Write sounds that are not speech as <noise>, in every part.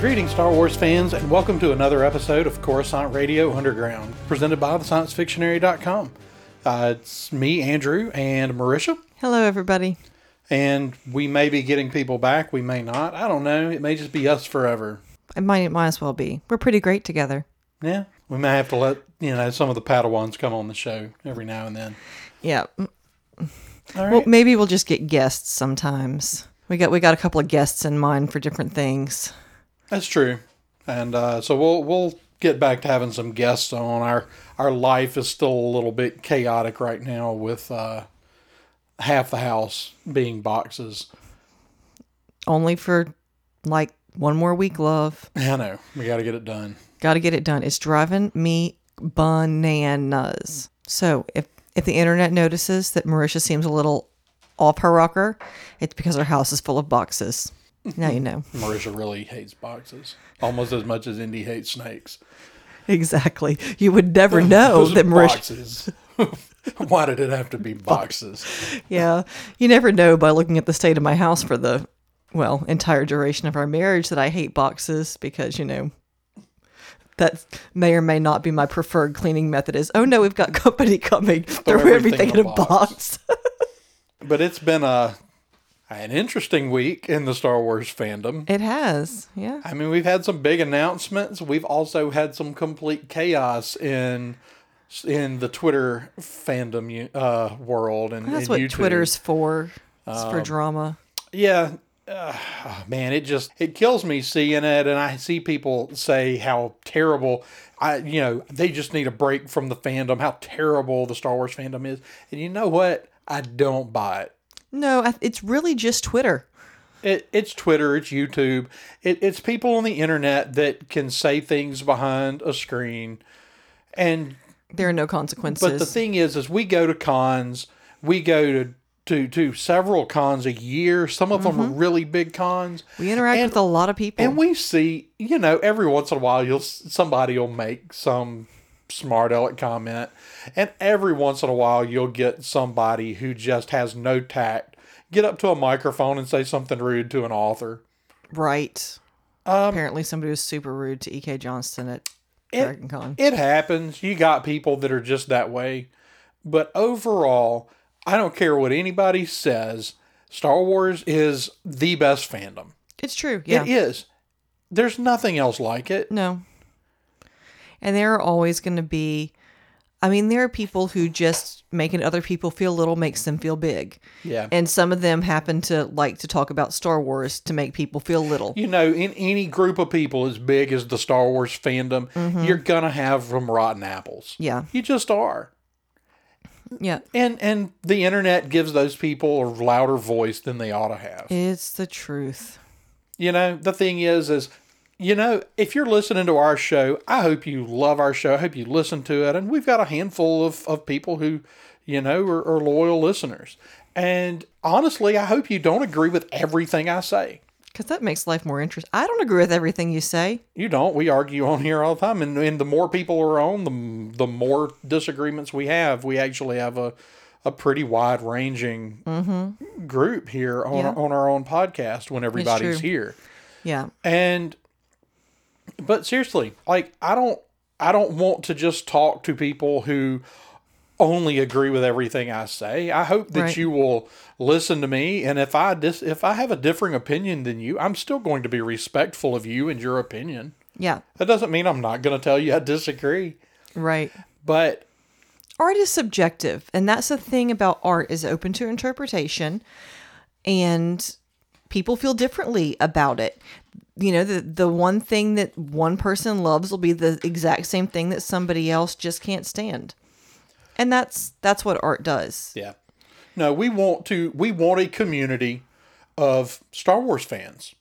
Greetings, Star Wars fans, and welcome to another episode of Coruscant Radio Underground, presented by thesciencefictionary.com. Uh, it's me, Andrew, and Marisha, Hello, everybody. and we may be getting people back. We may not. I don't know. It may just be us forever. It might, it might as well be. We're pretty great together. Yeah, we may have to let you know some of the Padawans come on the show every now and then. Yeah. Mm, All right. Well, maybe we'll just get guests sometimes. We got we got a couple of guests in mind for different things. That's true, and uh, so we'll we'll get back to having some guests on. Our our life is still a little bit chaotic right now with uh, half the house being boxes. Only for like one more week, love. I know we got to get it done. Got to get it done. It's driving me bananas. So if if the internet notices that Marisha seems a little off her rocker, it's because her house is full of boxes. Now you know Marisha really hates boxes almost as much as Indy hates snakes. <laughs> exactly. You would <laughs> never know Those that are Marisha. boxes. <laughs> Why did it have to be boxes? Yeah. You never know by looking at the state of my house for the, well, entire duration of our marriage that I hate boxes because, you know, that may or may not be my preferred cleaning method is, oh no, we've got <laughs> company coming. Throw, everything, in a <laughs> box. But it's been a an interesting week in the Star Wars fandom. It has. Yeah. I mean, we've had some big announcements. We've also had some complete chaos in in the Twitter fandom u- uh, world and That's and Um, what YouTube. Twitter's for. It's for drama. Yeah, uh, man, it just it kills me seeing it, and I see people say how terrible. I you know they just need a break from the fandom. How terrible the Star Wars fandom is, and you know what? I don't buy it. No, I, it's really just Twitter. It, it's Twitter, it's YouTube, it, it's people on the internet that can say things behind a screen, and There are no consequences. But the thing is, is we go to cons, we go to to to several cons a year. Some of them are really big cons, we interact with a lot of people. and we see, you know, every once in a while, you'll s- somebody will make some smart aleck comment, and every once in a while, you'll get somebody who just has no tact get up to a microphone and say something rude to an author. right. Um, Apparently, somebody was super rude to E.K. Johnston at Dragon Con. It happens. You got people that are just that way. But overall, I don't care what anybody says. Star Wars is the best fandom. It's true. Yeah. It is. There's nothing else like it. no. And there are always going to be, I mean, there are people who just making other people feel little makes them feel big. Yeah. And some of them happen to like to talk about Star Wars to make people feel little. you know, in any group of people as big as the Star Wars fandom, you're gonna have some rotten apples. Mm-hmm. Yeah. You just are. Yeah. And and the internet gives those people a louder voice than they ought to have. It's the truth. You know, the thing is, is, you know, if you're listening to our show, I hope you love our show. I hope you listen to it. And we've got a handful of, of people who, you know, are, are loyal listeners. And honestly, I hope you don't agree with everything I say. Because that makes life more interesting. I don't agree with everything you say. You don't. We argue on here all the time. And, and the more people are on, the, m- the more disagreements we have. We actually have a, a pretty wide ranging group here on, Yeah. on our own podcast when everybody's here. Yeah. And but seriously, like I don't I don't want to just talk to people who only agree with everything I say. I hope that Right. you will listen to me and if I dis- if I have a differing opinion than you, I'm still going to be respectful of you and your opinion. Yeah. That doesn't mean I'm not going to tell you I disagree, Right. but art is subjective and that's the thing about art is open to interpretation and people feel differently about it you know the the one thing that one person loves will be the exact same thing that somebody else just can't stand and that's that's what art does yeah. No, we want to we want a community of Star Wars fans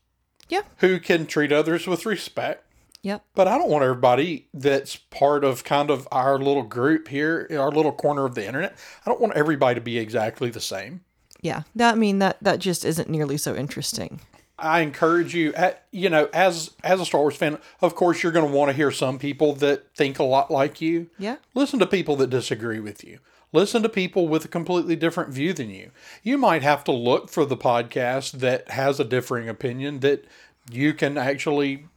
yeah who can treat others with respect yep But I don't want everybody that's part of kind of our little group here, our little corner of the internet. I don't want everybody to be exactly the same. yeah that I mean that that just isn't nearly so interesting I encourage you, at, you know, as as a Star Wars fan, of course you're going to want to hear some people that think a lot like you. Yeah. Listen to people that disagree with you. Listen to people with a completely different view than you. You might have to look for the podcast that has a differing opinion that you can actually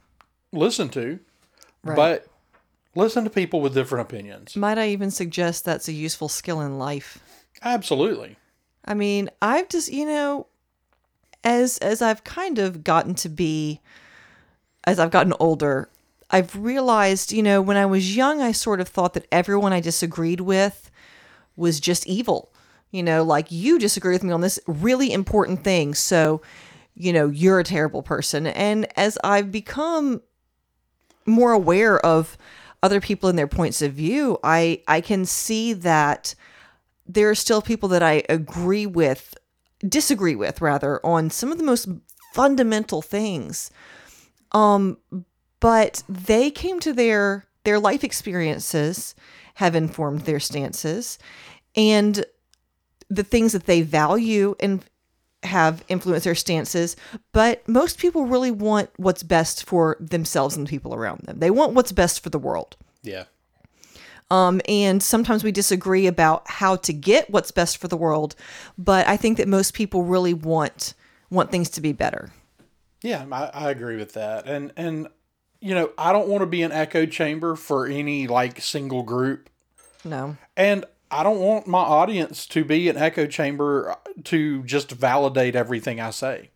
listen to, Right. but listen to people with different opinions. Might I even suggest that's a useful skill in life? Absolutely. I mean, I've just, you know, as as I've kind of gotten to be as I've gotten older, I've realized, you know, when I was young, I sort of thought that everyone I disagreed with was just evil. You know, like you disagree with me on this really important thing, so you know, you're a terrible person. And as I've become more aware of other people and their points of view, I I can see that there are still people that I agree with, disagree with rather, on some of the most fundamental things. Um, but they came to their their life experiences have informed their stances, and the things that they value and have influenced their stances. But most people really want what's best for themselves and the people around them. They want what's best for the world. Yeah. Um, and sometimes we disagree about how to get what's best for the world, but I think that most people really want want things to be better. Yeah, I, I agree with that. And and you know, I don't want to be an echo chamber for any like single group. No, And I don't want my audience to be an echo chamber to just validate everything I say.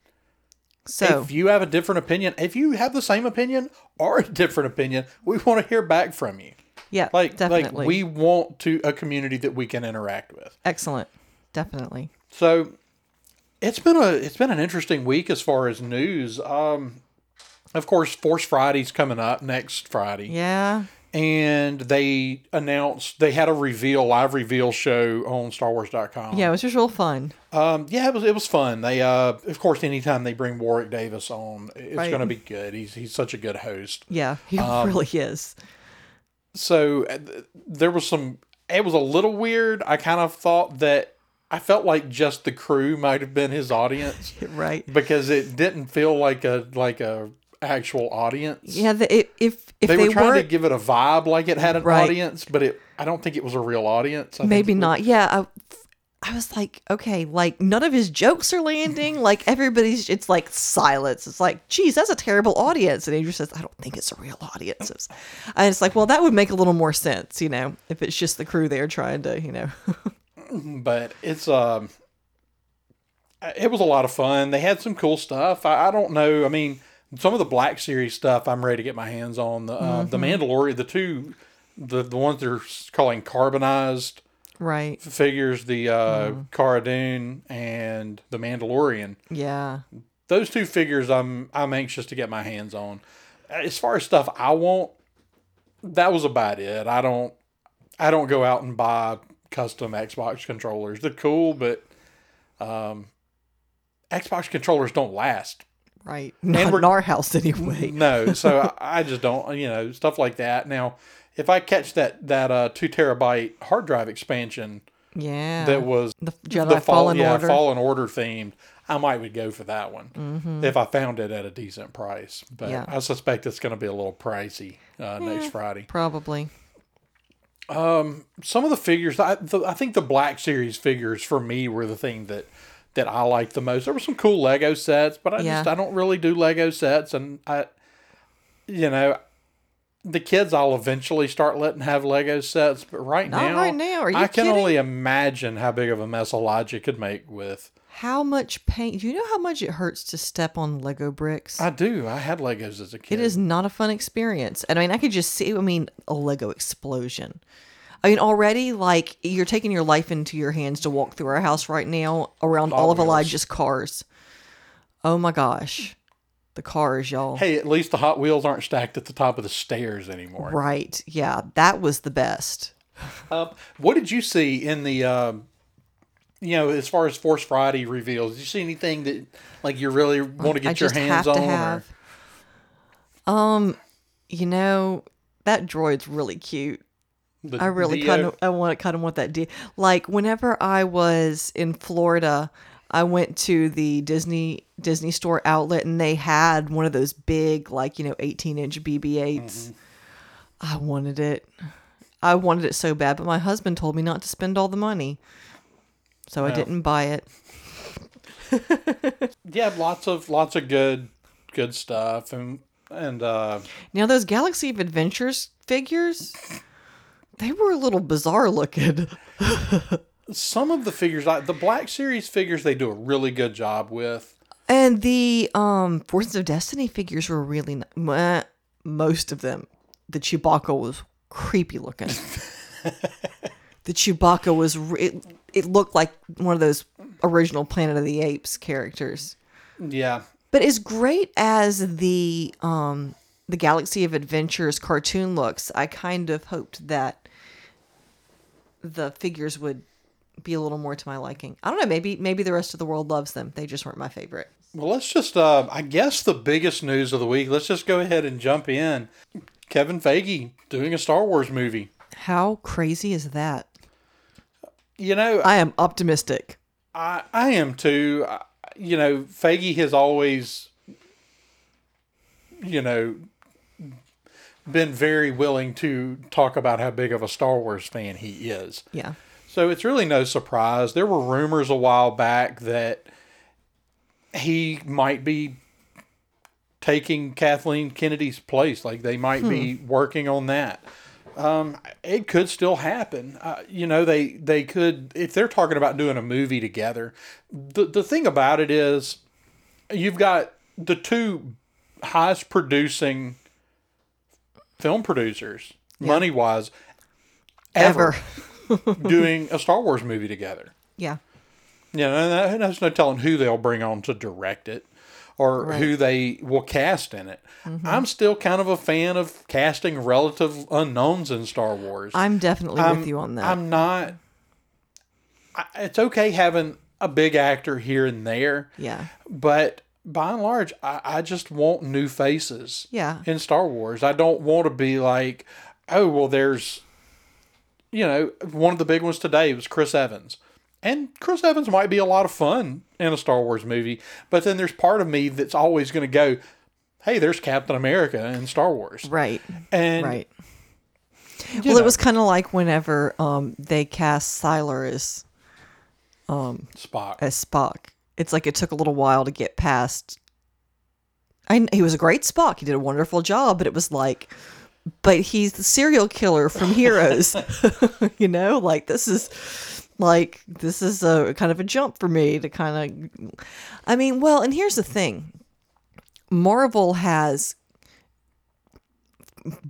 so If you have a different opinion, if you have the same opinion or a different opinion, we want to hear back from you. yeah, Like definitely, like we want to a community that we can interact with. excellent, definitely. So it's been a it's been an interesting week as far as news. Um, of course, Force Friday's coming up next Friday, Yeah, and they announced they had a reveal live reveal show on StarWars.com. yeah, it was just real fun. um, yeah, it was it was fun. They uh, of course, anytime they bring Warwick Davis on, it's Right. going to be good. He's he's such a good host. Yeah, he Um, <laughs> really is. so uh, th- there was some it was a little weird i kind of thought that i felt like just the crew might have been his audience Right? because it didn't feel like a like a actual audience Yeah, the, if if if they, they, were trying were to give it a vibe like it had an Right. audience but it i don't think it was a real audience I think Maybe it was- not. Yeah. I, I was like, okay, like none of his jokes are landing. Like everybody's, it's like silence. It's like, geez, that's a terrible audience. And Andrew says, I don't think it's a real audience. It's- And it's like, well, that would make a little more sense, you know, if it's just the crew there trying to, you know. <laughs> but it's um it was a lot of fun they had some cool stuff i, I don't know i mean some of the black series stuff i'm ready to get my hands on the uh, the Mm-hmm. mandalorian the two the, the ones they're calling carbonized right. figures the uh Mm-hmm. Cara Dune and the mandalorian Yeah. those two figures i'm i'm anxious to get my hands on as far as stuff i want that was about it i don't i don't go out and buy custom xbox controllers they're cool but um xbox controllers don't last Right. Not we're- in our house anyway. no so I, I just don't you know stuff like that now if i catch that that uh two terabyte hard drive expansion Yeah. that was the Jedi the fall, Fallen yeah, Order. Fallen Order themed, I might would go for that one if I found it at a decent price. But Mm-hmm. Yeah. I suspect it's going to be a little pricey uh, next Friday. Probably. Some of the figures, I, the, I think the Black Series figures for me were the thing that that I liked the most. There were some cool Lego sets, but I Yeah. just I don't really do Lego sets, and I, you know. The kids, I'll eventually start letting have Lego sets, but right Not now, right now. Are you I can kidding? only imagine how big of a mess a logic could make with How much pain? Do you know how much it hurts to step on Lego bricks? I do. I had Legos as a kid. It is not a fun experience. And I mean, I could just see, I mean, a Lego explosion. I mean, already, like, you're taking your life into your hands to walk through our house right now around all of wheels. Elijah's cars. Oh my gosh. The cars, y'all. Hey, at least the Hot Wheels aren't stacked at the top of the stairs anymore. <laughs> Right. Yeah. That was the best. Um, what did you see in the, um, you know, as far as Force Friday reveals? Did you see anything that like you really want to get I your just hands have on? to or- have. Um, you know, that droid's really cute. the uh, I really Dio? kind of I want kind of want that deal. Like whenever I was in Florida, I went to the Disney Disney store outlet and they had one of those big like you know 18 inch BB-8s. I wanted it. I wanted it so bad, but my husband told me not to spend all the money, so I didn't buy it. yeah, lots of lots of good good stuff, and and uh, Now those Galaxy of Adventures figures, they were a little bizarre looking. <laughs> some of the figures, like the Black Series figures, they do a really good job with. And the um Forces of Destiny figures were really n- meh, most of them. The Chewbacca was creepy looking. the Chewbacca was re- it, it looked like one of those original Planet of the Apes characters. Yeah, But as great as the um the Galaxy of Adventures cartoon looks, I kind of hoped that the figures would be a little more to my liking. I don't know, maybe maybe the rest of the world loves them. They just weren't my favorite. Well, let's just, uh, I guess the biggest news of the week, let's just go ahead and jump in. Kevin Feige doing a Star Wars movie. How crazy is that? You know, I am optimistic. I, I am too. I, you know, Feige has always, you know, been very willing to talk about how big of a Star Wars fan he is. Yeah. So it's really no surprise. There were rumors a while back that he might be taking Kathleen Kennedy's place. Like they might be working on that. Um, it could still happen. Uh, you know, they they could if they're talking about doing a movie together. The the thing about it is, you've got the two highest producing film producers, money wise, Ever. doing a Star Wars movie together. Yeah. You know, and that- and there's no telling who they'll bring on to direct it or who they will cast in it. Mm-hmm. I'm still kind of a fan of casting relative unknowns in Star Wars. I'm definitely with you on that. Um, I'm not. I, it's okay having a big actor here and there, yeah. but by and large, I, I just want new faces Yeah. in Star Wars. I don't want to be like, oh, well, there's, you know, one of the big ones today was Chris Evans. And Chris Evans might be a lot of fun in a Star Wars movie, but then there's part of me that's always going to go, hey, there's Captain America in Star Wars. Right. And Right. you Well, know, it was kind of like whenever um, they cast Siler as, Spock. as Spock. It's like it took a little while to get past. And he was a great Spock. He did a wonderful job, but it was like, but he's the serial killer from Heroes. <laughs> you know, like this is like this is a kind of a jump for me to kind of. I mean, well, and here's the thing. Marvel has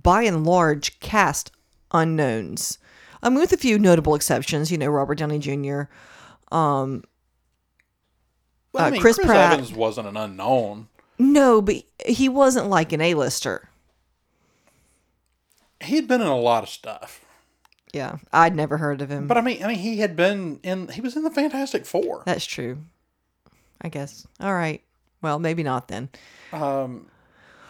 by and large cast unknowns. I mean, with a few notable exceptions, you know, Robert Downey Jr., Well, I uh, mean, Chris Chris, Pratt- Evans wasn't an unknown. No, but he wasn't like an A-lister. He'd been in a lot of stuff. Yeah, I'd never heard of him. But I mean, I mean, he had been in. He was in the Fantastic Four. That's true. I guess. All right. Well, maybe not then.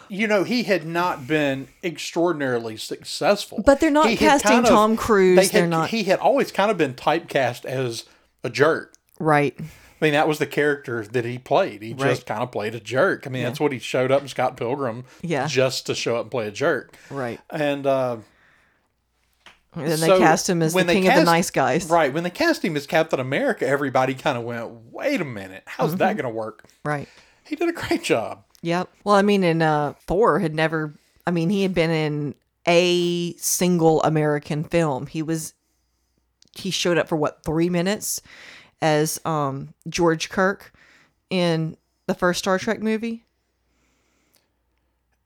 you know, he had not been extraordinarily successful. But they're not He had casting kind of- Tom Cruise, They they're had, not- He had always kind of been typecast as a jerk. Right. I mean, that was the character that he played. He just kind of played a jerk. I mean, that's what he showed up in Scott Pilgrim. Yeah. Just to show up and play a jerk. Right. And uh, And then so they cast him as the when they king of cast- the nice guys. Right. When they cast him as Captain America, everybody kind of went, wait a minute, how's Mm-hmm. that going to work? Right. He did a great job. Yep. Well, I mean, in uh, Thor had never. I mean, he had been in a single American film. He was. He showed up for what three minutes, as um George Kirk, in the first Star Trek movie.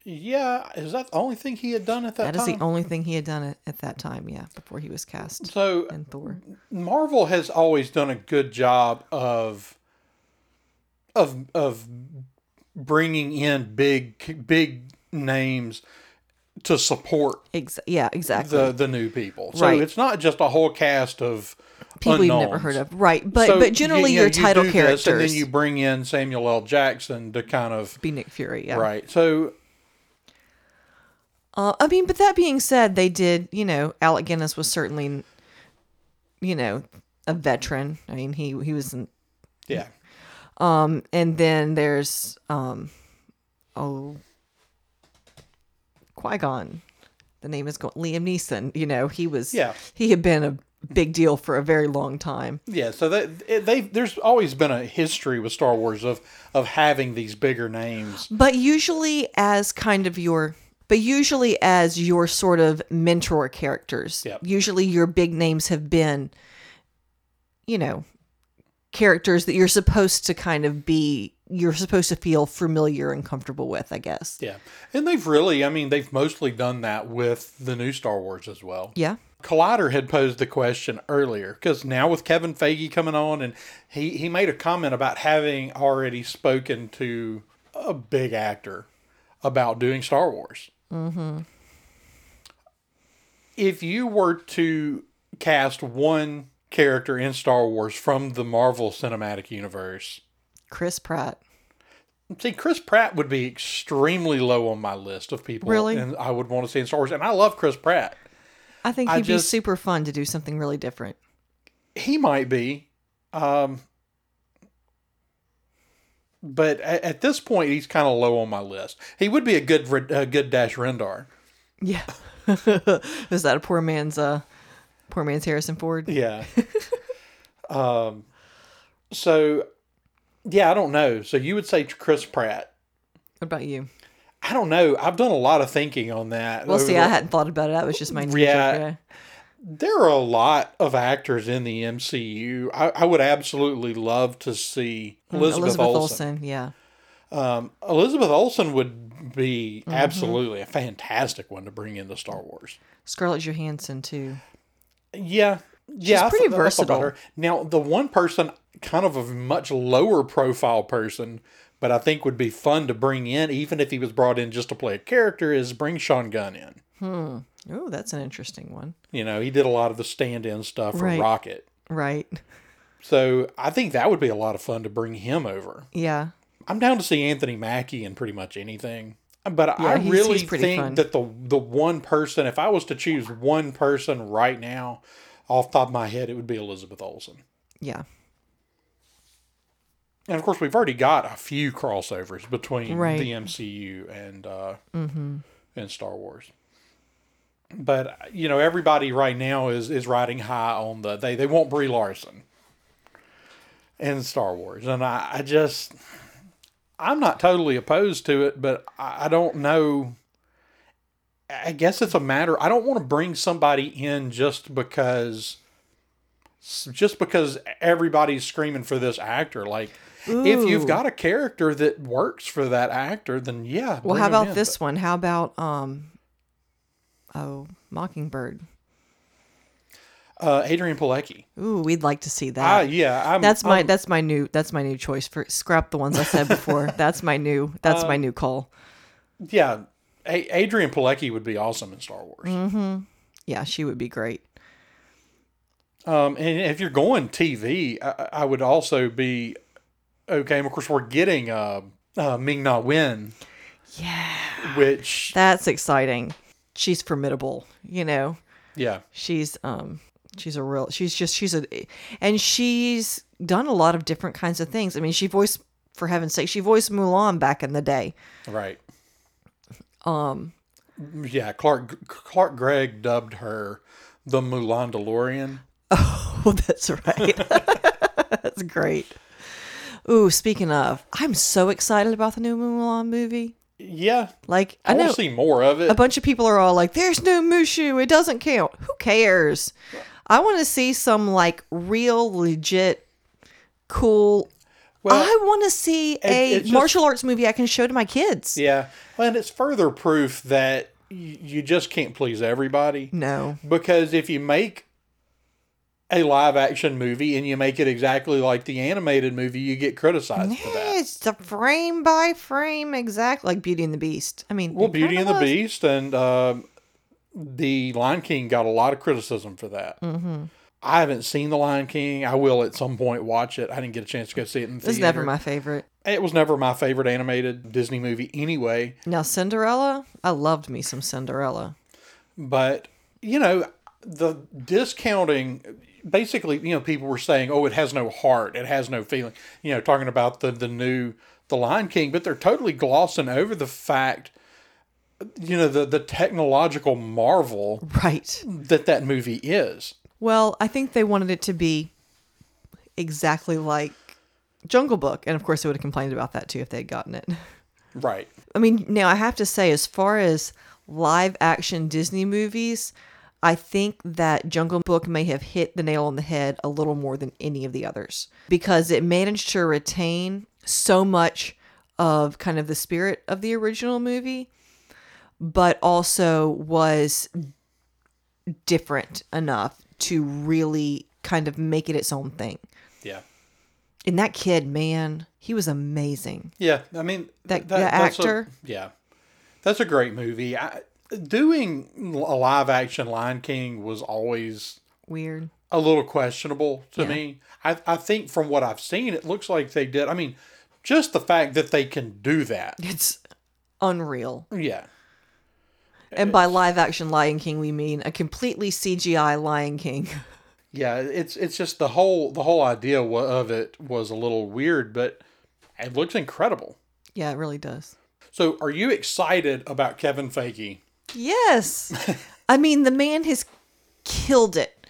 Yeah. Is that the only thing he had done at that, That is time? the only thing he had done at, at that time. Yeah, before he was cast so in Thor. Marvel has always done a good job of of of bringing in big big names to support Ex- yeah, exactly. the the new people. So Right. it's not just a whole cast of People you've never unknowns. heard of, right? But So but generally, you- you your know, you title do characters this, and then you bring in Samuel L. Jackson to kind of be Nick Fury. Yeah, right. So Uh, I mean, but that being said, they did, you know, Alec Guinness was certainly, you know, a veteran. I mean, he he was, in, yeah, um, and then there's, um, oh, Qui Gon, the name is going Liam Neeson. You know, he was, Yeah. he had been a big deal for a very long time. Yeah, so they, they there's always been a history with Star Wars of of having these bigger names. But usually as kind of your but usually as your sort of mentor characters. Yep. Usually your big names have been you know characters that you're supposed to kind of be you're supposed to feel familiar and comfortable with, I guess. Yeah, and they've really, I mean, they've mostly done that with the new Star Wars as well. Yeah. Collider had posed the question earlier because now with Kevin Feige coming on, and he he made a comment about having already spoken to a big actor about doing Star Wars. Mm-hmm. If you were to cast one character in Star Wars from the Marvel Cinematic Universe, Chris Pratt. See, Chris Pratt would be extremely low on my list of people, Really? and I would want to see in Star Wars. And I love Chris Pratt. I think I he'd just- be super fun to do something really different. he might be um but at, at this point he's kind of low on my list he would be a good re- a good dash rendar Yeah. <laughs> Is that a poor man's uh poor man's Harrison <laughs> Ford? yeah um so yeah i don't know so you would say chris pratt What about you? i don't know i've done a lot of thinking on that Well, over see, the- I hadn't thought about it. That was just my knee-jerk Yeah. reaction. there are a lot of actors in the mcu i, I would absolutely love to see Mm, elizabeth, olsen. Uh, yeah. Elizabeth Olsen would be Mm-hmm. absolutely a fantastic one to bring into Star Wars. Scarlett Johansson too. Yeah, yeah, I pretty thought- I thought about versatile. her. Now, the one person, kind of a much lower profile person, but I think would be fun to bring in, even if he was brought in just to play a character, is bring Sean Gunn in. Oh, that's an interesting one. You know, he did a lot of the stand-in stuff for Right. Rocket, Right. so I think that would be a lot of fun to bring him over. Yeah. I'm down to see Anthony Mackie in pretty much anything. But I he's- really he's pretty think fun. that the the one person, if I was to choose one person right now, off the top of my head, it would be Elizabeth Olsen. Yeah. And of course, we've already got a few crossovers between Right. the MCU and uh, and Star Wars. But you know, everybody right now is is riding high on the they they want Brie Larson in Star Wars, and I, I just I'm not totally opposed to it, but I, I don't know. I guess it's a matter. I don't want to bring somebody in just because just because everybody's screaming for this actor. Like, if you've Ooh. got a character that works for that actor, then yeah. Well, bring how him about in. this one? How about um oh, Mockingbird. Uh, Adrian Pilecki. Ooh, we'd like to see Ah, that. yeah. I'm, that's my I'm- that's my new that's my new choice for scrap the ones I said before. that's my new that's my new call. yeah. A- Adrian Pilecki would be awesome in Star Wars. Mm-hmm. Yeah, she would be great. Um, and if you're going TV, I, I would also be okay. And of course, we're getting uh, uh, Ming Na Wen, Yeah. which That's exciting. She's formidable, you know. yeah, she's um she's a real she's just she's a and she's done a lot of different kinds of things i mean she voiced for heaven's sake she voiced mulan back in the day <laughs> right. um Yeah, Clark Clark Gregg dubbed her the Mulan DeLorean. oh that's right <laughs> that's great ooh speaking of i'm so excited about the new mulan movie Yeah, like I, i want know to see more of it. a bunch of people are all like there's no mushu it doesn't count who cares i want to see some like real legit cool Well, I want to see a it's just- martial arts movie I can show to my kids. yeah, and it's further proof that y- you just can't please everybody. No. Because if you make a live action movie and you make it exactly like the animated movie, you get criticized for that. It's the frame by frame exact like Beauty and the Beast. I mean, Well, it Beauty kinda and the was. Beast and um, the Lion King got a lot of criticism for that. Mm-hmm. I haven't seen the Lion King. I will at some point watch it. I didn't get a chance to go see it in It was theater. never my favorite. It was never my favorite animated Disney movie anyway. Now Cinderella, I loved me some Cinderella. <laughs> But you know, the discounting. Basically, you know, people were saying, "Oh, it has no heart. It has no feeling." You know, talking about the the new The Lion King, but they're totally glossing over the fact. You know the the technological marvel Right. that that movie is. Well, I think they wanted it to be exactly like Jungle Book. And of course, they would have complained about that too if they had gotten it. <laughs> Right. I mean, now I have to say, as far as live action Disney movies, I think that Jungle Book may have hit the nail on the head a little more than any of the others because it managed to retain so much of kind of the spirit of the original movie, but also was different enough to really kind of make it its own thing. Yeah. And that kid, man, he was amazing. Yeah, I mean That- the that's a- actor? yeah, that's a great movie. I, doing a live action Lion King was always Weird. a little questionable to me. I, I think from what I've seen, it looks like they did. I mean, just the fact that they can do that. It's unreal. Yeah, And by live action Lion King, we mean a completely CGI Lion King. <laughs> yeah. It's it's just the whole the whole idea wa- of it was a little weird, but it looks incredible. yeah, it really does. So, are you excited about Kevin Feige? Yes. I mean, the man has killed it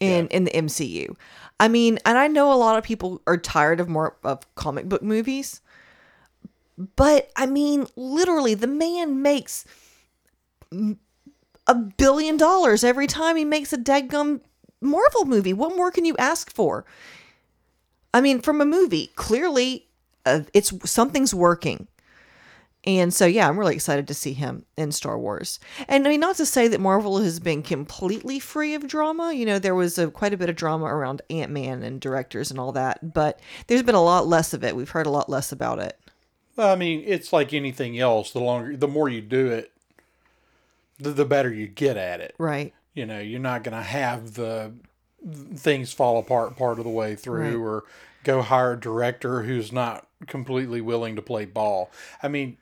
in in the MCU. I mean, and I know a lot of people are tired of more of comic book movies, but I mean, literally, the man makes m- a billion dollars every time he makes a dadgum Marvel movie. What more can you ask for? I mean, from a movie, clearly, uh, it's something's working. And so, yeah, I'm really excited to see him in Star Wars. And I mean, not to say that Marvel has been completely free of drama. You know, there was a, quite a bit of drama around Ant Man and directors and all that, but there's been a lot less of it. We've heard a lot less about it. Well, I mean, it's like anything else. The longer, the more you do it, the, the better you get at it. Right. You know, you're not going to have the things fall apart part of the way through, Right. or go hire a director who's not completely willing to play ball. I mean,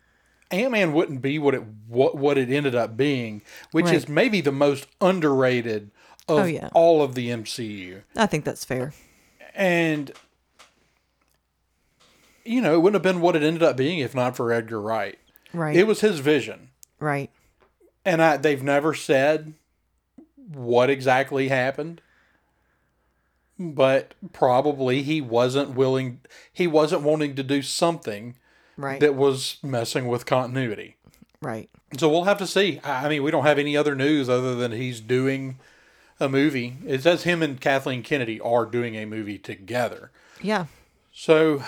Ant Man wouldn't be what it what what it ended up being, which Right. is maybe the most underrated of Oh, yeah. all of the MCU. I think that's fair. And you know, it wouldn't have been what it ended up being if not for Edgar Wright. Right. It was his vision. right. And I they've never said what exactly happened. But probably he wasn't willing he wasn't wanting to do something Right. that was messing with continuity. right. So we'll have to see. I I mean, we don't have any other news other than he's doing a movie. It says him and Kathleen Kennedy are doing a movie together. Yeah. So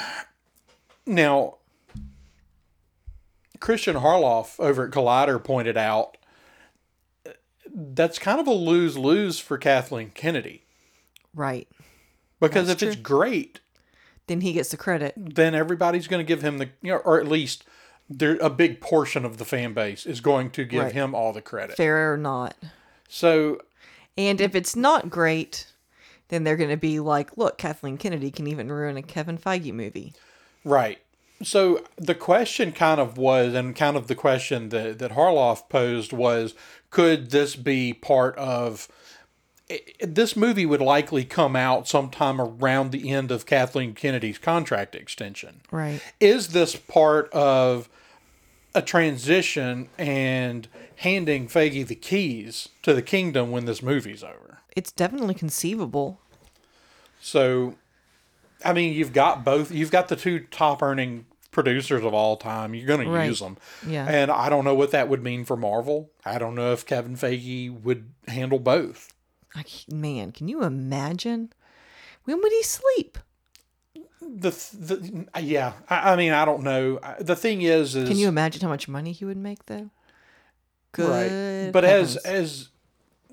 now, Christian Harloff over at Collider pointed out uh, that's kind of a lose lose for Kathleen Kennedy Right. because if it's great, Then he gets the credit. then everybody's going to give him the, you know, or at least there a big portion of the fan base is going to give Right. him all the credit. Fair or not. So And if it's not great, then they're going to be like, look, Kathleen Kennedy can even ruin a Kevin Feige movie. Right. So the question kind of was, and kind of the question that, that Harloff posed was, could this be part of i- this movie would likely come out sometime around the end of Kathleen Kennedy's contract extension. Right. Is this part of a transition and handing Feige the keys to the kingdom when this movie's over? It's definitely conceivable. So, I mean, you've got both. You've got the two top earning producers of all time. You're going to Right. use them. Yeah. And I don't know what that would mean for Marvel. I don't know if Kevin Feige would handle both. I c man, can you imagine? When would he sleep? The, th- the yeah. I, I mean, I don't know. I- The thing is, is Can you imagine how much money he would make though? Good. But as heavens. as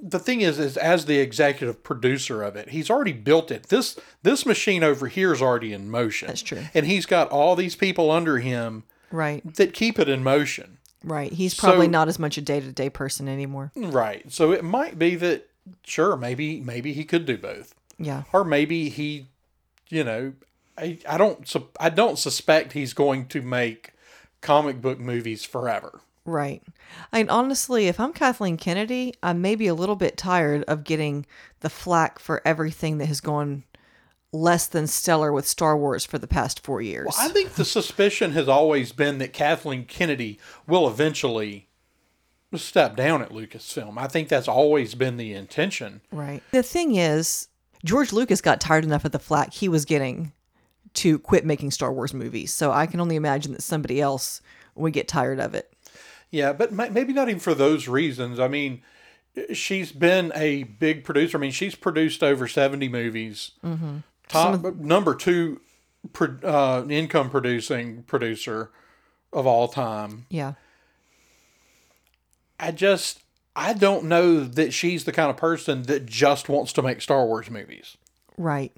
the thing is, is as the executive producer of it, he's already built it. This this machine over here is already in motion. That's true. And he's got all these people under him right, that keep it in motion. right, he's probably So- not as much a day to day person anymore. Right. So it might be that sure, maybe maybe he could do both. Yeah, Or maybe he, you know, I, I don't sup- I don't suspect he's going to make comic book movies forever. right. I mean, honestly, if I'm Kathleen Kennedy, I may be a little bit tired of getting the flack for everything that has gone less than stellar with Star Wars for the past four years. I think the suspicion has always been that Kathleen Kennedy will eventually step down at Lucasfilm. I think that's always been the intention. Right. The thing is, George Lucas got tired enough of the flack he was getting to quit making Star Wars movies. So I can only imagine that somebody else would get tired of it. Yeah, but ma- maybe not even for those reasons. I mean, she's been a big producer. I mean, she's produced over 70 movies. Mm-hmm. Top number 2 pro- uh, income producing producer of all time. Yeah. I just I don't know that she's the kind of person that just wants to make Star Wars movies. Right.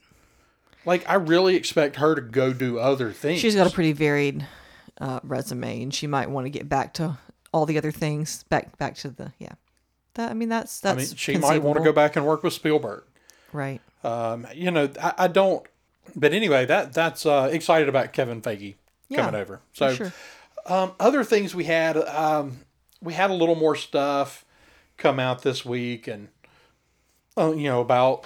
Like I really expect her to go do other things. She's got a pretty varied uh, resume, and she might want to get back to all the other things. Back back to the yeah. That I mean, that's I that's. mean, she might want to go conceivable. back and work with Spielberg. Right. Um, you know, I, I don't. But anyway, that that's uh, excited about Kevin Feige Yeah, coming over. So sure. um, other things we had, um, we had a little more stuff come out this week, and uh, you know about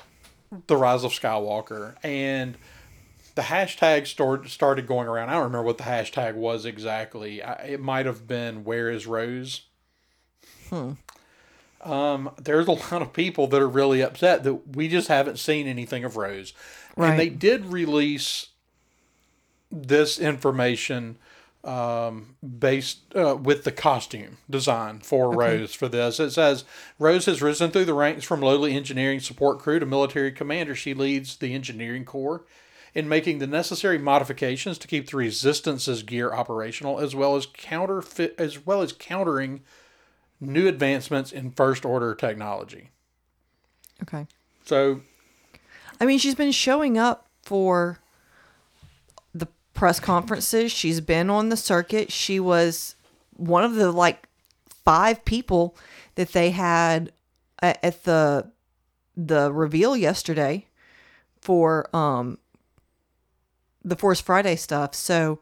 the rise of Skywalker and the hashtag start, started going around. I don't remember what the hashtag was exactly. I, it might have been "Where is Rose." Um, there's a lot of people that are really upset that we just haven't seen anything of Rose, Right. and they did release this information based uh, with the costume design for Rose for this. It says Rose has risen through the ranks from lowly engineering support crew to military commander. She leads the engineering corps in making the necessary modifications to keep the resistance's gear operational as well as counterfeit as well as countering new advancements in first order technology. Okay. So I mean, she's been showing up for the press conferences. She's been on the circuit. She was one of the like five people that they had a- at the the reveal yesterday for um the Force Friday stuff. So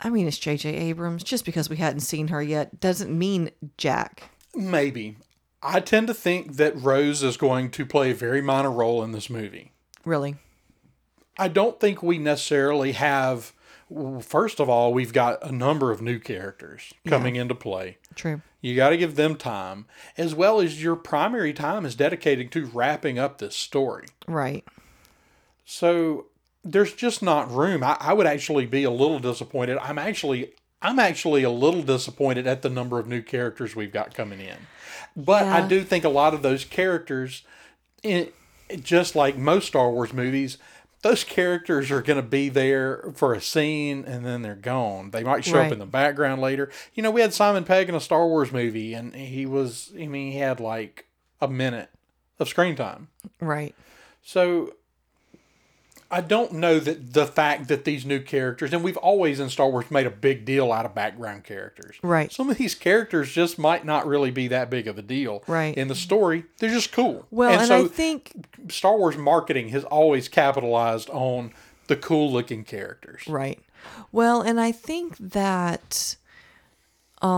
I mean, it's JJ Abrams. Just because we hadn't seen her yet doesn't mean Jack. maybe I tend to think that Rose is going to play a very minor role in this movie. Really. I don't think we necessarily have. well, First of all, we've got a number of new characters coming into play. True. You got to give them time, as well as your primary time is dedicated to wrapping up this story. Right. So there's just not room. I, I would actually be a little disappointed. I'm actually. I'm actually a little disappointed at the number of new characters we've got coming in. But I Yeah. do think a lot of those characters, in, just like most Star Wars movies, those characters are going to be there for a scene and then they're gone. They might show up Right. in the background later. You know, we had Simon Pegg in a Star Wars movie, and he was, I mean, he had like a minute of screen time. Right. So I don't know that the fact that these new characters, and we've always in Star Wars made a big deal out of background characters. Right. Some of these characters just might not really be that big of a deal. Right. In the story, they're just cool. Well, and, and so I think Star Wars marketing has always capitalized on the cool looking characters. Right. Well, and I think that um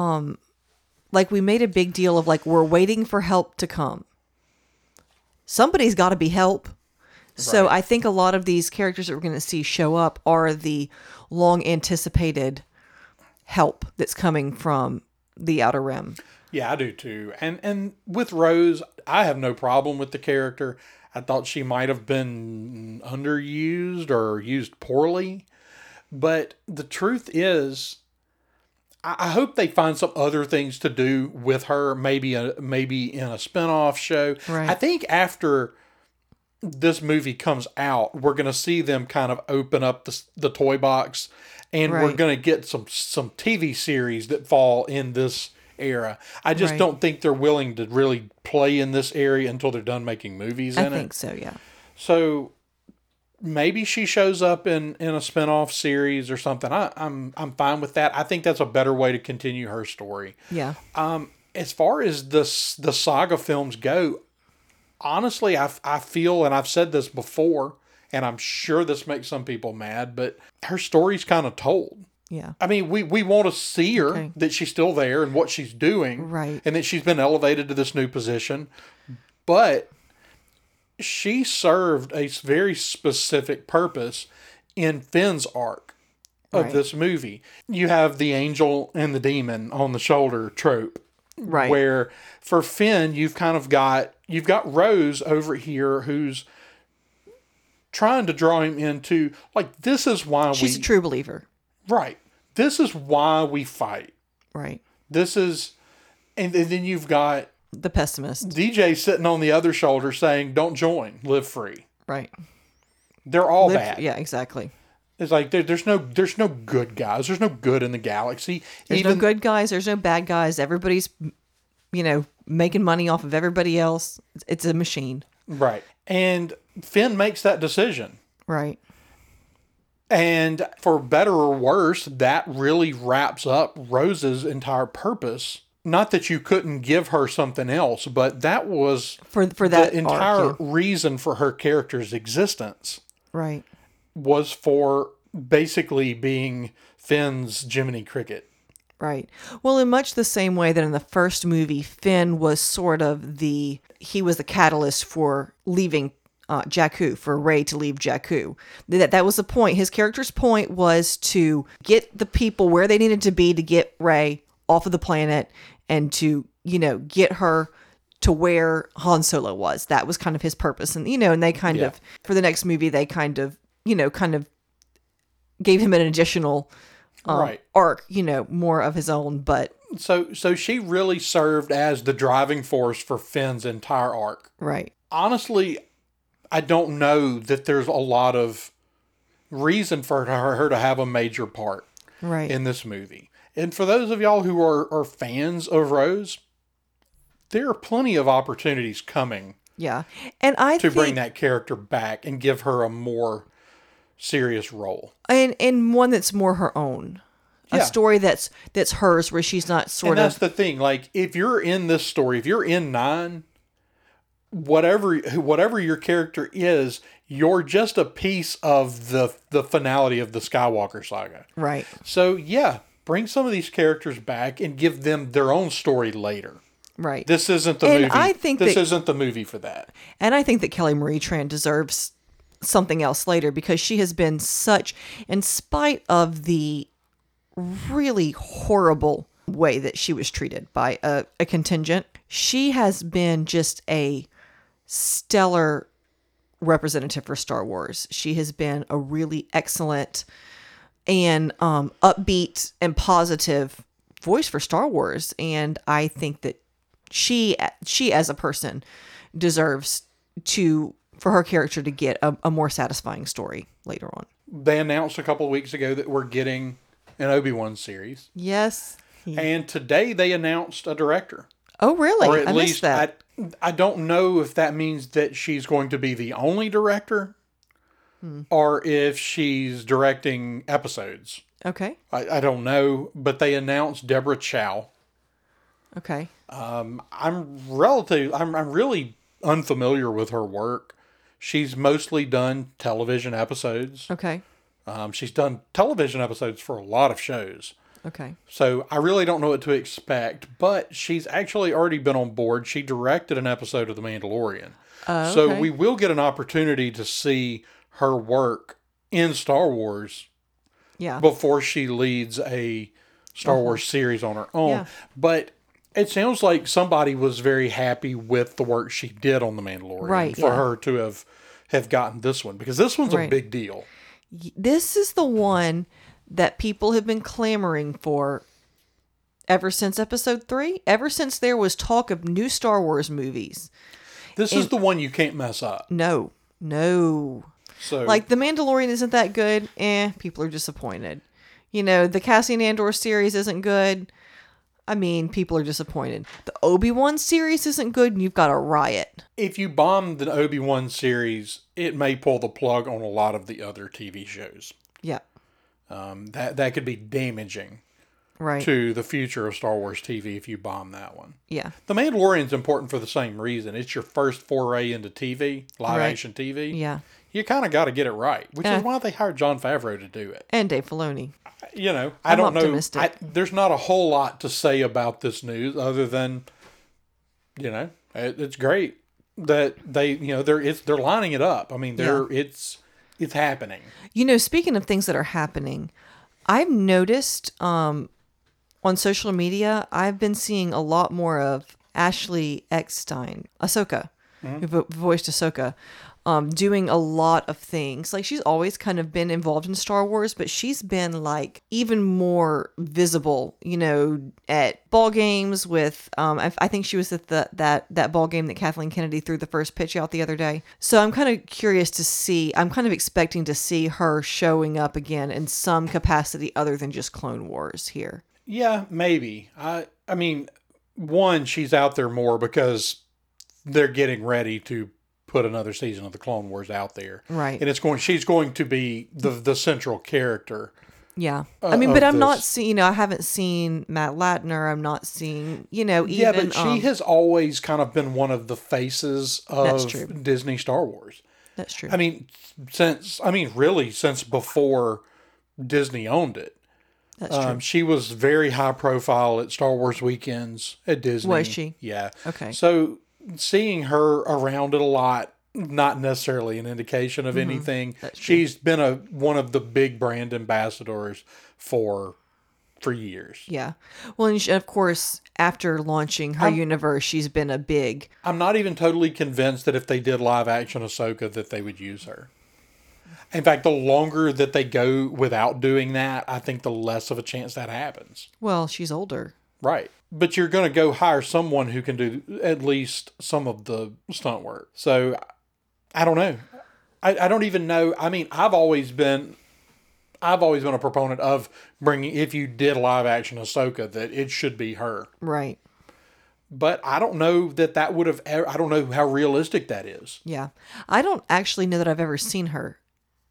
like we made a big deal of like we're waiting for help to come. Somebody's got to be help. So I think a lot of these characters that we're going to see show up are the long anticipated help that's coming from the outer rim. Yeah, I do too. And and with Rose, I have no problem with the character. I thought she might have been underused or used poorly, but the truth is, I, I hope they find some other things to do with her. Maybe a maybe in a spinoff show. Right. I think after this movie comes out, we're gonna see them kind of open up the s- the toy box, and we're Right. gonna get some some TV series that fall in this era. I just Right. don't think they're willing to really play in this area until they're done making movies I in think it. so, yeah. So maybe she shows up in in a spinoff series or something. I, I'm I'm fine with that. I think that's a better way to continue her story. Yeah. As far as the s- the saga films go, honestly, I f- I feel and I've said this before, and I'm sure this makes some people mad, but her story's kind of told. Yeah. I mean, we, we want to see her Okay. that she's still there and what she's doing, Right. And that she's been elevated to this new position, but she served a s- very specific purpose in Finn's arc of Right. this movie. You have the angel and the demon on the shoulder trope. Right. Where for Finn, you've kind of got you've got Rose over here who's trying to draw him into like this is why She's we a true believer. right. This is why we fight. Right. This is and, and then you've got The pessimist. DJ sitting on the other shoulder saying, "Don't join, live free." Right. They're all Live- bad. yeah, exactly. It's like there, there's no there's no good guys. There's no good in the galaxy. There's no good guys. There's no bad guys. Everybody's, you know, making money off of everybody else. It's a machine. right. And Finn makes that decision. Right. And for better or worse, that really wraps up Rose's entire purpose. Not that you couldn't give her something else, but that was For for the that arc, entire yeah. reason for her character's existence Right. was for basically being Finn's Jiminy Cricket. Right. Well, in much the same way that in the first movie, Finn was sort of the he was the catalyst for leaving uh, Jakku for Ray to leave Jakku. That that was the point. His character's point was to get the people where they needed to be to get Ray off of the planet and to you know get her to where Han Solo was. That was kind of his purpose, and you know, and they kind Yeah. of for the next movie they kind of you know kind of gave him an additional um, Right. arc, you know, more of his own. But So so she really served as the driving force for Finn's entire arc. right, honestly, I don't know that there's a lot of reason for her, her to have a major part right, in this movie. And for those of y'all who are, are fans of Rose, there are plenty of opportunities coming yeah. And I to think, bring that character back and give her a more serious role. and and one that's more her own, a Yeah. story that's that's hers, where she's not And sort that's of the thing. Like, if you're in this story, if you're in nine, whatever whatever your character is, you're just a piece of the the finality of the Skywalker saga. right, So yeah, bring some of these characters back and give them their own story later. right. This isn't the And movie. I think this that- is isn't the movie for that. And I think that Kelly Marie Tran deserves something else later because she has been such, in spite of the really horrible way that she was treated by a, a contingent, she has been just a stellar representative for Star Wars. She has been a really excellent and um, upbeat and positive voice for Star Wars, and I think that she she as a person deserves to for her character to get a, a more satisfying story later on. They announced a couple of weeks ago that we're getting an Obi Wan series, Yes. and today they announced a director. Oh, really? Or at I missed least that. I I don't know if that means that she's going to be the only director, Hmm. or if she's directing episodes. okay. I, I don't know, but they announced Deborah Chow. Okay. I'm relative. I'm I'm really unfamiliar with her work. She's mostly done television episodes. Okay. Um, she's done television episodes for a lot of shows. Okay. So I really don't know what to expect, but she's actually already been on board. She directed an episode of The Mandalorian. So okay. we will get an opportunity to see her work in Star Wars Yeah. before she leads a Star Wars series on her own. Uh-huh. Yeah. But it sounds like somebody was very happy with the work she did on The Mandalorian Right, for yeah. her to have have gotten this one because this one's a Right. big deal. Y- this is the one that people have been clamoring for ever since episode 3, ever since there was talk of new Star Wars movies. This is the one you can't mess up. No. No. So Like The Mandalorian isn't that good. Eh, people are disappointed. You know, the Cassian Andor series isn't good. I mean, people are disappointed. The Obi-Wan series isn't good and you've got a riot. if you bomb the Obi Wan series, it may pull the plug on a lot of the other TV shows. Yeah. Um, that that could be damaging Right. to the future of Star Wars TV if you bomb that one. Yeah. The Mandalorian's important for the same reason. It's your first foray into TV, live Right. action TV. Yeah. You kind of got to get it right, which Yeah. is why they hired John Favreau to do it. And Dave Filoni. You know, I I'm don't optimistic. know. I, there's not a whole lot to say about this news other than, you know, it, it's great that they, you know, they're it's they're lining it up. I mean, they're it's it's happening. You know, speaking of things that are happening, I've noticed um on social media, I've been seeing a lot more of Ashley Eckstein, Ahsoka, who vo- voiced Ahsoka, um, doing a lot of things. Like she's always kind of been involved in Star Wars, but she's been like even more visible, you know, at ball games with. Um, I, I think she was at the that that ball game that Kathleen Kennedy threw the first pitch out the other day. So I'm kind of curious to see. I'm kind of expecting to see her showing up again in some capacity other than just Clone Wars here. Yeah, maybe. I I mean, one, she's out there more because they're getting ready to put another season of the Clone Wars out there. Right. And it's going she's going to be the the central character. Yeah. I mean, but uh, of I'm not this. seeing, you know, I haven't seen Matt Latner. I'm not seeing, you know, even. yeah, but she um, has always kind of been one of the faces That's of true. Disney Star Wars. that's true. I mean, since I mean, really, since before Disney owned it, that's true. um, she was very high profile at Star Wars weekends at Disney. Was she? Yeah. Okay. So seeing her around it a lot, not necessarily an indication Mm-hmm. of anything. She's been a one of the big brand ambassadors for for years. yeah. Well, and she, of course, after launching her universe, she's been a big. I'm not even totally convinced that if they did live action Ahsoka that they would use her. In fact, the longer that they go without doing that, I think the less of a chance that happens. Well, she's older. Right. But you're going to go hire someone who can do at least some of the stunt work. So I don't know. I, I don't even know. I mean, I've always been. I've always been a proponent of bringing, if you did live action Ahsoka, that it should be her. Right. But I don't know that that would have, ever, I don't know how realistic that is. Yeah. I don't actually know that I've ever seen her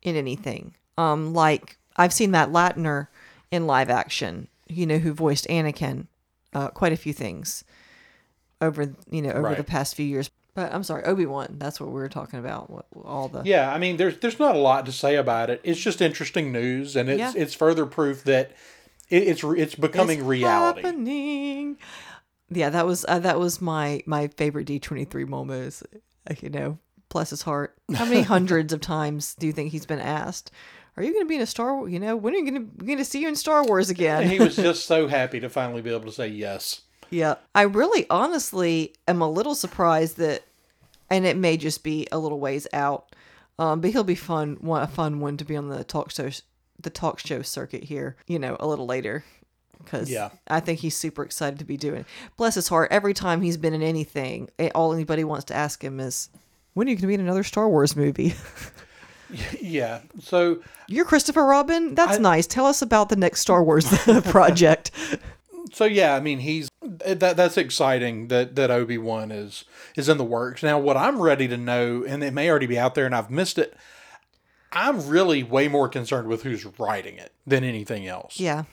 in anything. Um, like I've seen Matt Latner in live action, you know, who voiced Anakin, uh, quite a few things over, you know, over Right. the past few years. But I'm sorry, Obi-Wan, that's what we were talking about. What, all the, Yeah, I mean, there's there's not a lot to say about it. It's just interesting news, and it's Yeah. it's further proof that it, it's re- it's becoming It's reality. happening. Yeah, that was, uh, that was my, my favorite D23 moment is, uh, you know, bless his heart. <laughs> How many hundreds of times do you think he's been asked, are you going to be in a Star Wars? You know, when are you going to, going to see you in Star Wars <laughs> again? And he was just so happy to finally be able to say yes. Yeah. I really honestly am a little surprised that and it may just be a little ways out. Um, but he'll be fun one a fun one to be on the talk show the talk show circuit here, you know, a little later. Because Yeah. I think he's super excited to be doing. Bless his heart. Every time he's been in anything, it, all anybody wants to ask him is, "When are you going to be in another Star Wars movie?" <laughs> Yeah. So You're Christopher Robin. That's nice. Tell us about the next Star Wars <laughs> project. so yeah, I mean, he's that that's exciting that that Obi Wan is is in the works now. What I'm ready to know, and it may already be out there, and I've missed it. I'm really way more concerned with who's writing it than anything else. yeah.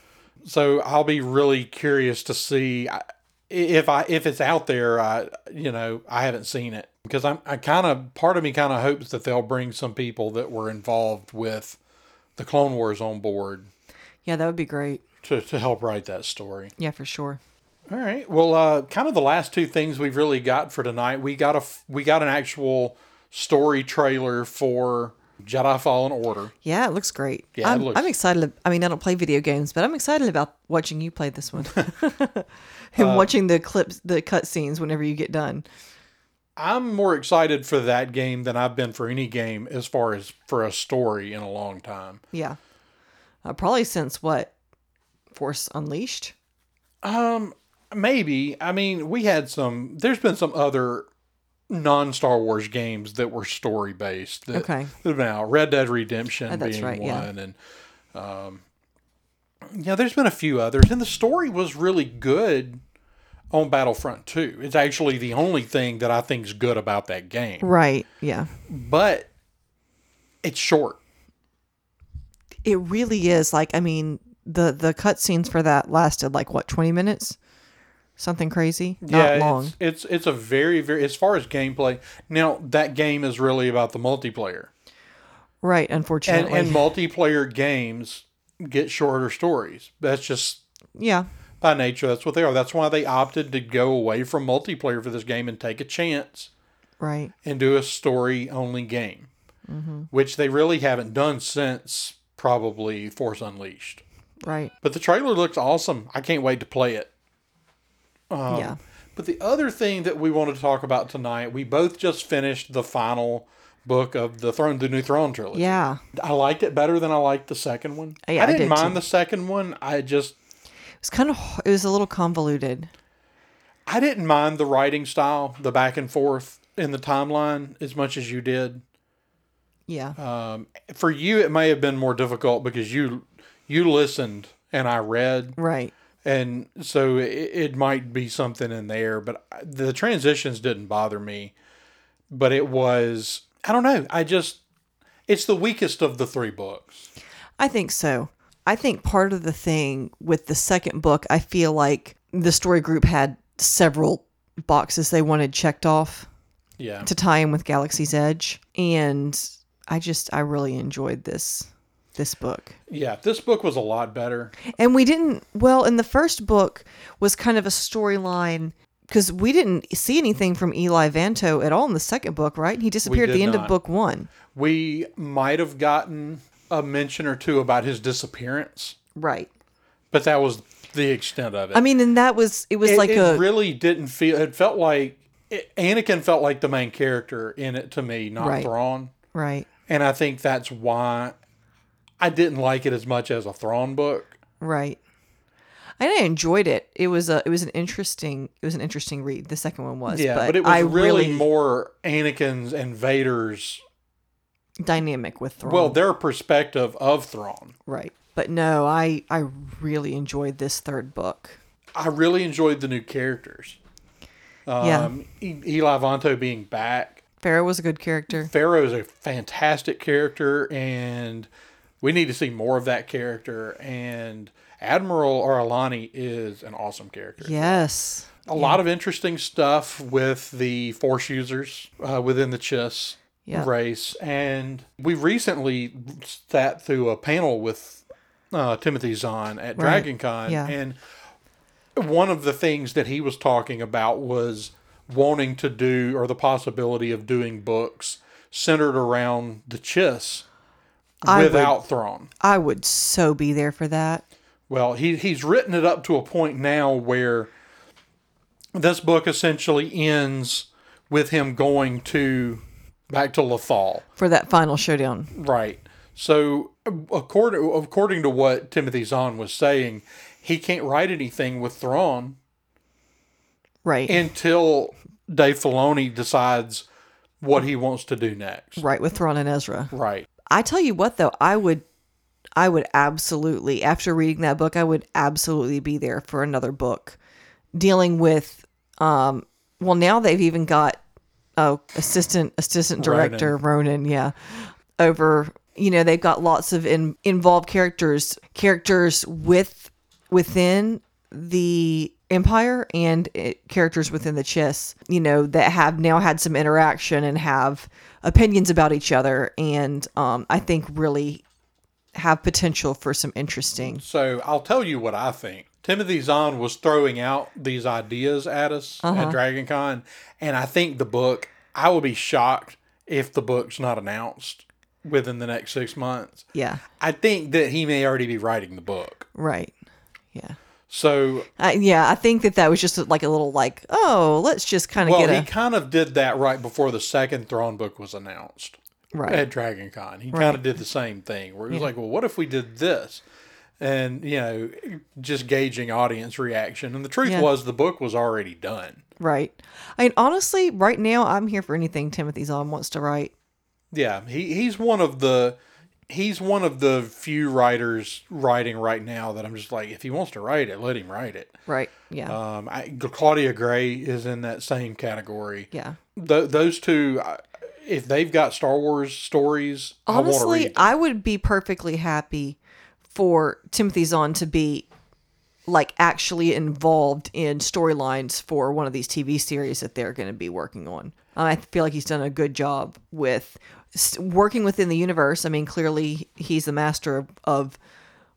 so I'll be really curious to see I- if I if it's out there. I you know I haven't seen it because I'm I kind of part of me kind of hopes that they'll bring some people that were involved with the Clone Wars on board Yeah, that would be great. to to help write that story. Yeah, for sure. All right. Well, uh, kind of the last two things we've really got for tonight. We got a f- we got an actual story trailer for Jedi Fallen Order. Yeah, it looks great. Yeah, it I'm, looks- I'm excited. ab- I mean, I don't play video games, but I'm excited about watching you play this one <laughs> Uh, and watching the clips, the cutscenes whenever you get done. I'm more excited for that game than I've been for any game as far as for a story in a long time. Yeah, uh, probably since what Force Unleashed. Maybe. I mean, we had some. There's been some other non Star Wars games that were story based. That, Okay. that have been out. Red Dead Redemption Oh, that's being right, yeah. one, and um, yeah, there's been a few others, and the story was really good on Battlefront 2. It's actually the only thing that I think's good about that game, Right. Yeah, but it's short. it really is. Like, I mean, the the cutscenes for that lasted like what 20 minutes, something crazy. Not long. It's, it's it's a very very as far as gameplay. Now that game is really about the multiplayer. Right. and Unfortunately. and multiplayer games get shorter stories. That's just yeah. by nature. That's what they are. That's why they opted to go away from multiplayer for this game and take a chance Right. and do a story only game, which they really haven't done since probably Force Unleashed. Right. But the trailer looks awesome. I can't wait to play it. Um, yeah. But the other thing that we wanted to talk about tonight, we both just finished the final book of the Throne, the New Throne trilogy. Yeah. I liked it better than I liked the second one. Yeah, I I didn't did mind too. the second one. I just It was kind of it was a little convoluted. I didn't mind the writing style, the back and forth in the timeline as much as you did. Yeah. Uh, For you, it may have been more difficult because you you listened and I read, right. and so it, it might be something in there. But I- the transitions didn't bother me. But it was I don't know. I just it's the weakest of the three books. I think so. I think part of the thing with the second book, I feel like the story group had several boxes they wanted checked off Yeah, to tie in with Galaxy's Edge, and I just I really enjoyed this this book. yeah. This book was a lot better. And we didn't well, in the first book was kind of a storyline because we didn't see anything from Eli Vanto at all in the second book, right? He disappeared at did the end of not. book 1. We might have gotten a mention or two about his disappearance, Right. but that was the extent of it. I mean, and that was it was it, like it a really didn't feel. It felt like it, Anakin felt like the main character in it to me, not Right. Thrawn, right. and I think that's why I didn't like it as much as a Thrawn book. Right. And I enjoyed it. It was a it was an interesting it was an interesting read. The second one was, Yeah, but, but, it was I really, really, more Anakin's and Vader's. dynamic with Thrawn. Well, their perspective of Thrawn. right. But no, I I really enjoyed this third book. I really enjoyed the new characters. yeah, Um, E- Eli Vanto being back. Pharaoh was a good character. Pharaoh is a fantastic character, and we need to see more of that character. And Admiral Aralani is an awesome character. Yes. A lot of interesting stuff with the Force users uh, within the Chiss Yeah. race. And we recently sat through a panel with uh, Timothy Zahn at Right. Dragon Con. Yeah. And one of the things that he was talking about was wanting to do or the possibility of doing books centered around the Chiss I would- without Thrawn. I would so be there for that. Well, he he's written it up to a point now where this book essentially ends with him going to back to Lethal. For that final showdown. Right. So according according to what Timothy Zahn was saying, he can't write anything with Thrawn Right. until Dave Filoni decides what he wants to do next. right with Thrawn and Ezra. Right. I tell you what though, I would I would absolutely after reading that book, I would absolutely be there for another book dealing with um well now they've even got oh assistant assistant director Ronan, yeah. Over you know, they've got lots of in, involved characters, characters with within the empire and eh, characters within the chess, you know, that have now had some interaction and have opinions about each other and um I think really have potential for some interesting. So I'll tell you what I think. Timothy Zahn was throwing out these ideas at us Uh-huh. at Dragon Con, and I think the book, I will be shocked if the book's not announced within the next six months. Yeah. I think that he may already be writing the book. Right. Yeah. So, I, yeah, I think that that was just like a little like, oh, let's just kind of well, he get kind of did that right before the second Throne book was announced a right. at Dragon Con. He kind of did the same thing where he was like, well, what if we did this? And, you know, just gauging audience reaction. And the truth Yeah. was, the book was already done. Right. I mean, honestly, right now I'm here for anything Timothy Zahn wants to write. Yeah, he he's one of the he's one of the few writers writing right now that I'm just like, if he wants to write it, let him write it. Right. Yeah. Um, I, Claudia Gray is in that same category. yeah. Th- those two, I- if they've got Star Wars stories, I want to Honestly, read. I, would be perfectly happy for Timothy Zahn to be like actually involved in storylines for one of these TV series that they're going to be working on. I feel like he's done a good job with s- working within the universe. I mean, clearly he's the master of, of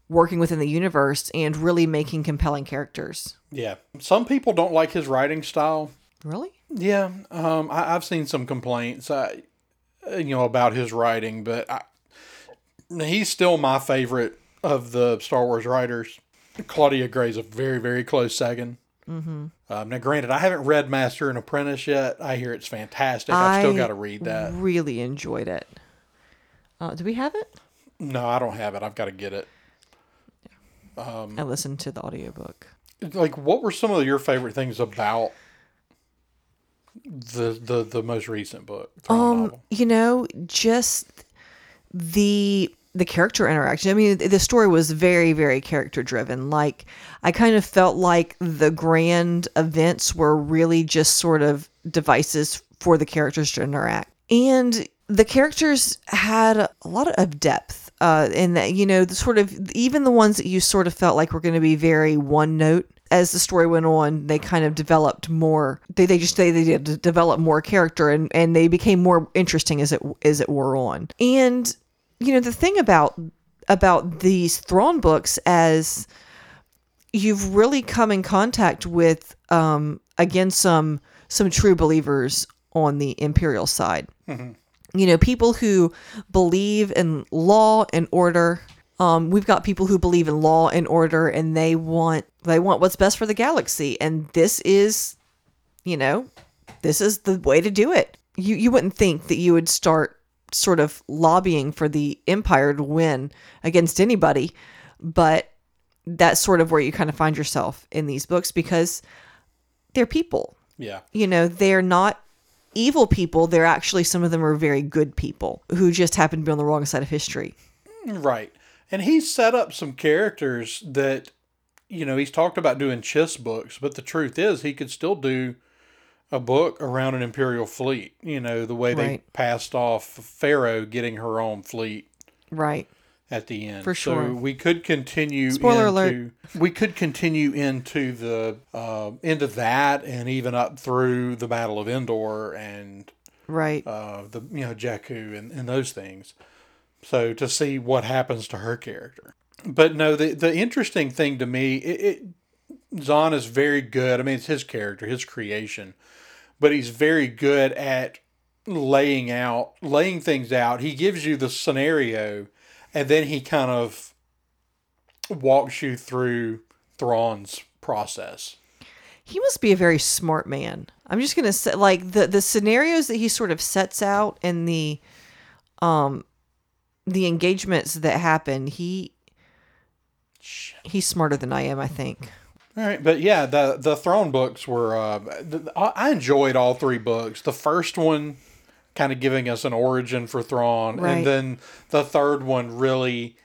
working within the universe and really making compelling characters. Yeah, some people don't like his writing style. Really? Yeah, um, I, I've seen some complaints, uh, I, you know, about his writing, but I, he's still my favorite of the Star Wars writers. Claudia Gray's a very, very close second. Mm-hmm. Um, now, granted, I haven't read Master and Apprentice yet. I hear it's fantastic. I've still I- got to read that. Really enjoyed it. Uh, do we have it? No, I don't have it. I've got to get it. Um, I listened to the audiobook. Like, what were some of your favorite things about the the the most recent book? Throne Um, novel? you know, just the the character interaction. I mean, the story was very, very character driven. Like, I kind of felt like the grand events were really just sort of devices for the characters to interact, and the characters had a lot of depth. Uh, and that you know, the sort of even the ones that you sort of felt like were going to be very one note. As the story went on, they kind of developed more. They, they just they, they did de- develop more character and, and they became more interesting as it as it wore on. And you know the thing about about these Thrawn books as you've really come in contact with um, again some some true believers on the imperial side you know people who believe in law and order um, we've got people who believe in law and order and they want they want what's best for the galaxy and this is you know this is the way to do it you you wouldn't think that you would start sort of lobbying for the empire to win against anybody but that's sort of where you kind of find yourself in these books because they're people yeah. you know, they're not evil people. They're actually, some of them are very good people who just happen to be on the wrong side of history. Right. And he's set up some characters that, you know, he's talked about doing chess books, but the truth is he could still do a book around an Imperial fleet, you know, the way they Right. passed off Pharaoh getting her own fleet Right. at the end. For sure. So we could continue Spoiler into, we could continue into the uh, into that and even up through the Battle of Endor and Right. uh, the you know Jakku and, and those things. So to see what happens to her character. But no, the the interesting thing to me, it, it Zahn is very good. I mean, it's his character, his creation, but he's very good at laying out, laying things out. He gives you the scenario, and then he kind of walks you through Thrawn's process. he must be a very smart man. I'm just going to say, like, the, the scenarios that he sort of sets out and the, um, the engagements that happen, he, he's smarter than I am, I think. All right, but yeah, the the Throne books were. Uh, th- I I enjoyed all three books. The first one, kind of giving us an origin for Thrawn, Right. and then the third one really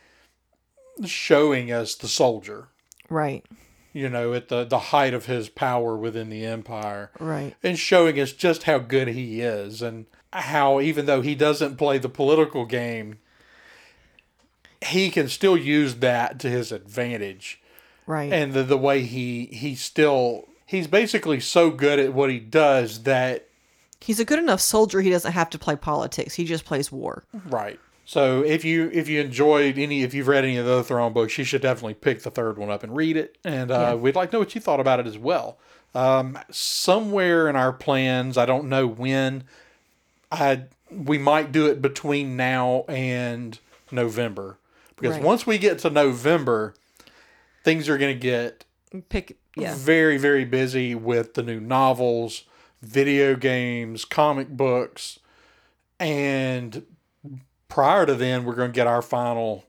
showing us the soldier. Right. You know, at the the height of his power within the Empire, Right. and showing us just how good he is, and how even though he doesn't play the political game, he can still use that to his advantage Right. and the, the way he he still he's basically so good at what he does that he's a good enough soldier. He doesn't have to play politics. He just plays war. right so if you if you enjoyed any if you've read any of the other Thrawn books you should definitely pick the third one up and read it and uh, we'd like to know what you thought about it as well um, somewhere in our plans I don't know when I we might do it between now and November because Right. once we get to November things are going to get Pick. Yeah. very very busy with the new novels video games comic books and prior to then we're going to get our final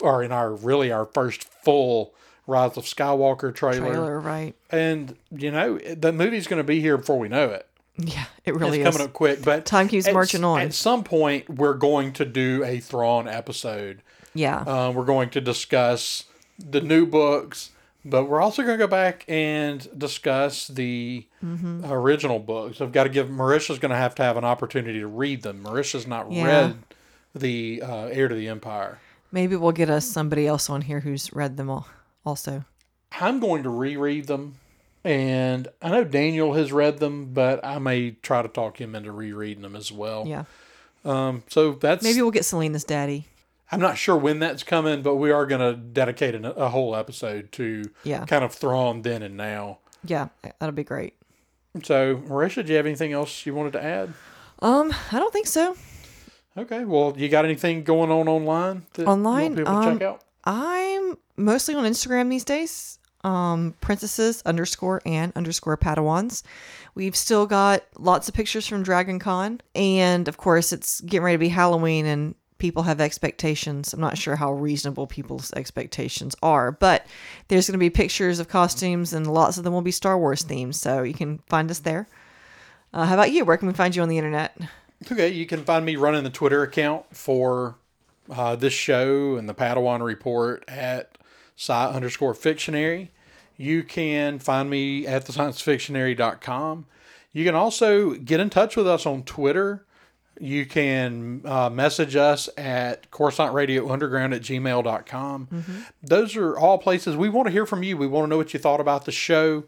or in our really our first full rise of skywalker trailer, Trailer. Right. and you know the movie's going to be here before we know it Yeah, it really it's is. coming up quick but Time keeps at- marching on. at some point we're going to do a thrawn episode Yeah. uh, we're going to discuss the new books, but we're also going to go back and discuss the Mm-hmm. original books. I've got to give Marisha's going to have to have an opportunity to read them. Marisha's not Yeah. read the uh, Heir to the Empire. Maybe we'll get us somebody else on here who's read them all also. I'm going to reread them, and I know Daniel has read them, but I may try to talk him into rereading them as well. Yeah. Um, so that's Maybe we'll get Selena's daddy. I'm not sure when that's coming, but we are going to dedicate an, a whole episode to Yeah. kind of Thrawn then and now. Yeah, that'll be great. So, Marisha, do you have anything else you wanted to add? Um, I don't think so. Okay. Well, you got anything going on online? That Online, you want people to check out? I'm mostly on Instagram these days. Um, princesses underscore and underscore padawans. We've still got lots of pictures from Dragon Con, and of course, it's getting ready to be Halloween, and people have expectations. I'm not sure how reasonable people's expectations are, but there's going to be pictures of costumes, and lots of them will be Star Wars themed, so you can find us there. Uh, how about you? Where can we find you on the internet? Okay, you can find me running the Twitter account for uh, this show and the Padawan Report at sci underscore fictionary. You can find me at thesciencefictionary.com. You can also get in touch with us on Twitter. You can uh, message us at Coruscant Radio Underground at gmail.com. Those are all places we want to hear from you. We want to know what you thought about the show.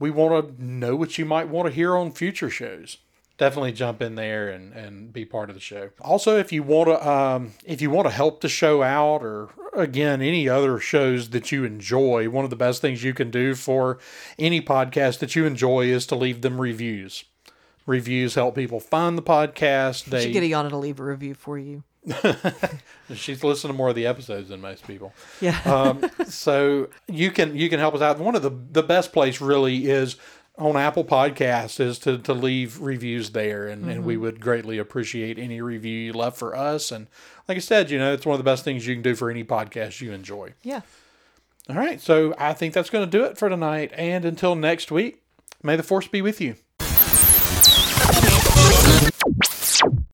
We want to know what you might want to hear on future shows definitely jump in there and, and be part of the show. Also, if you want to um, if you want to help the show out or again any other shows that you enjoy, one of the best things you can do for any podcast that you enjoy is to leave them reviews. Reviews help people find the podcast. I They should get Ayana to leave a review for you. she's listened to more of the episodes than most people. Yeah. um, so you can you can help us out. One of the the best place really is on Apple Podcasts is to to leave reviews there, and, and we would greatly appreciate any review you left for us. And like I said, you know, it's one of the best things you can do for any podcast you enjoy. yeah. All right, so I think that's going to do it for tonight. And until next week, may the force be with you.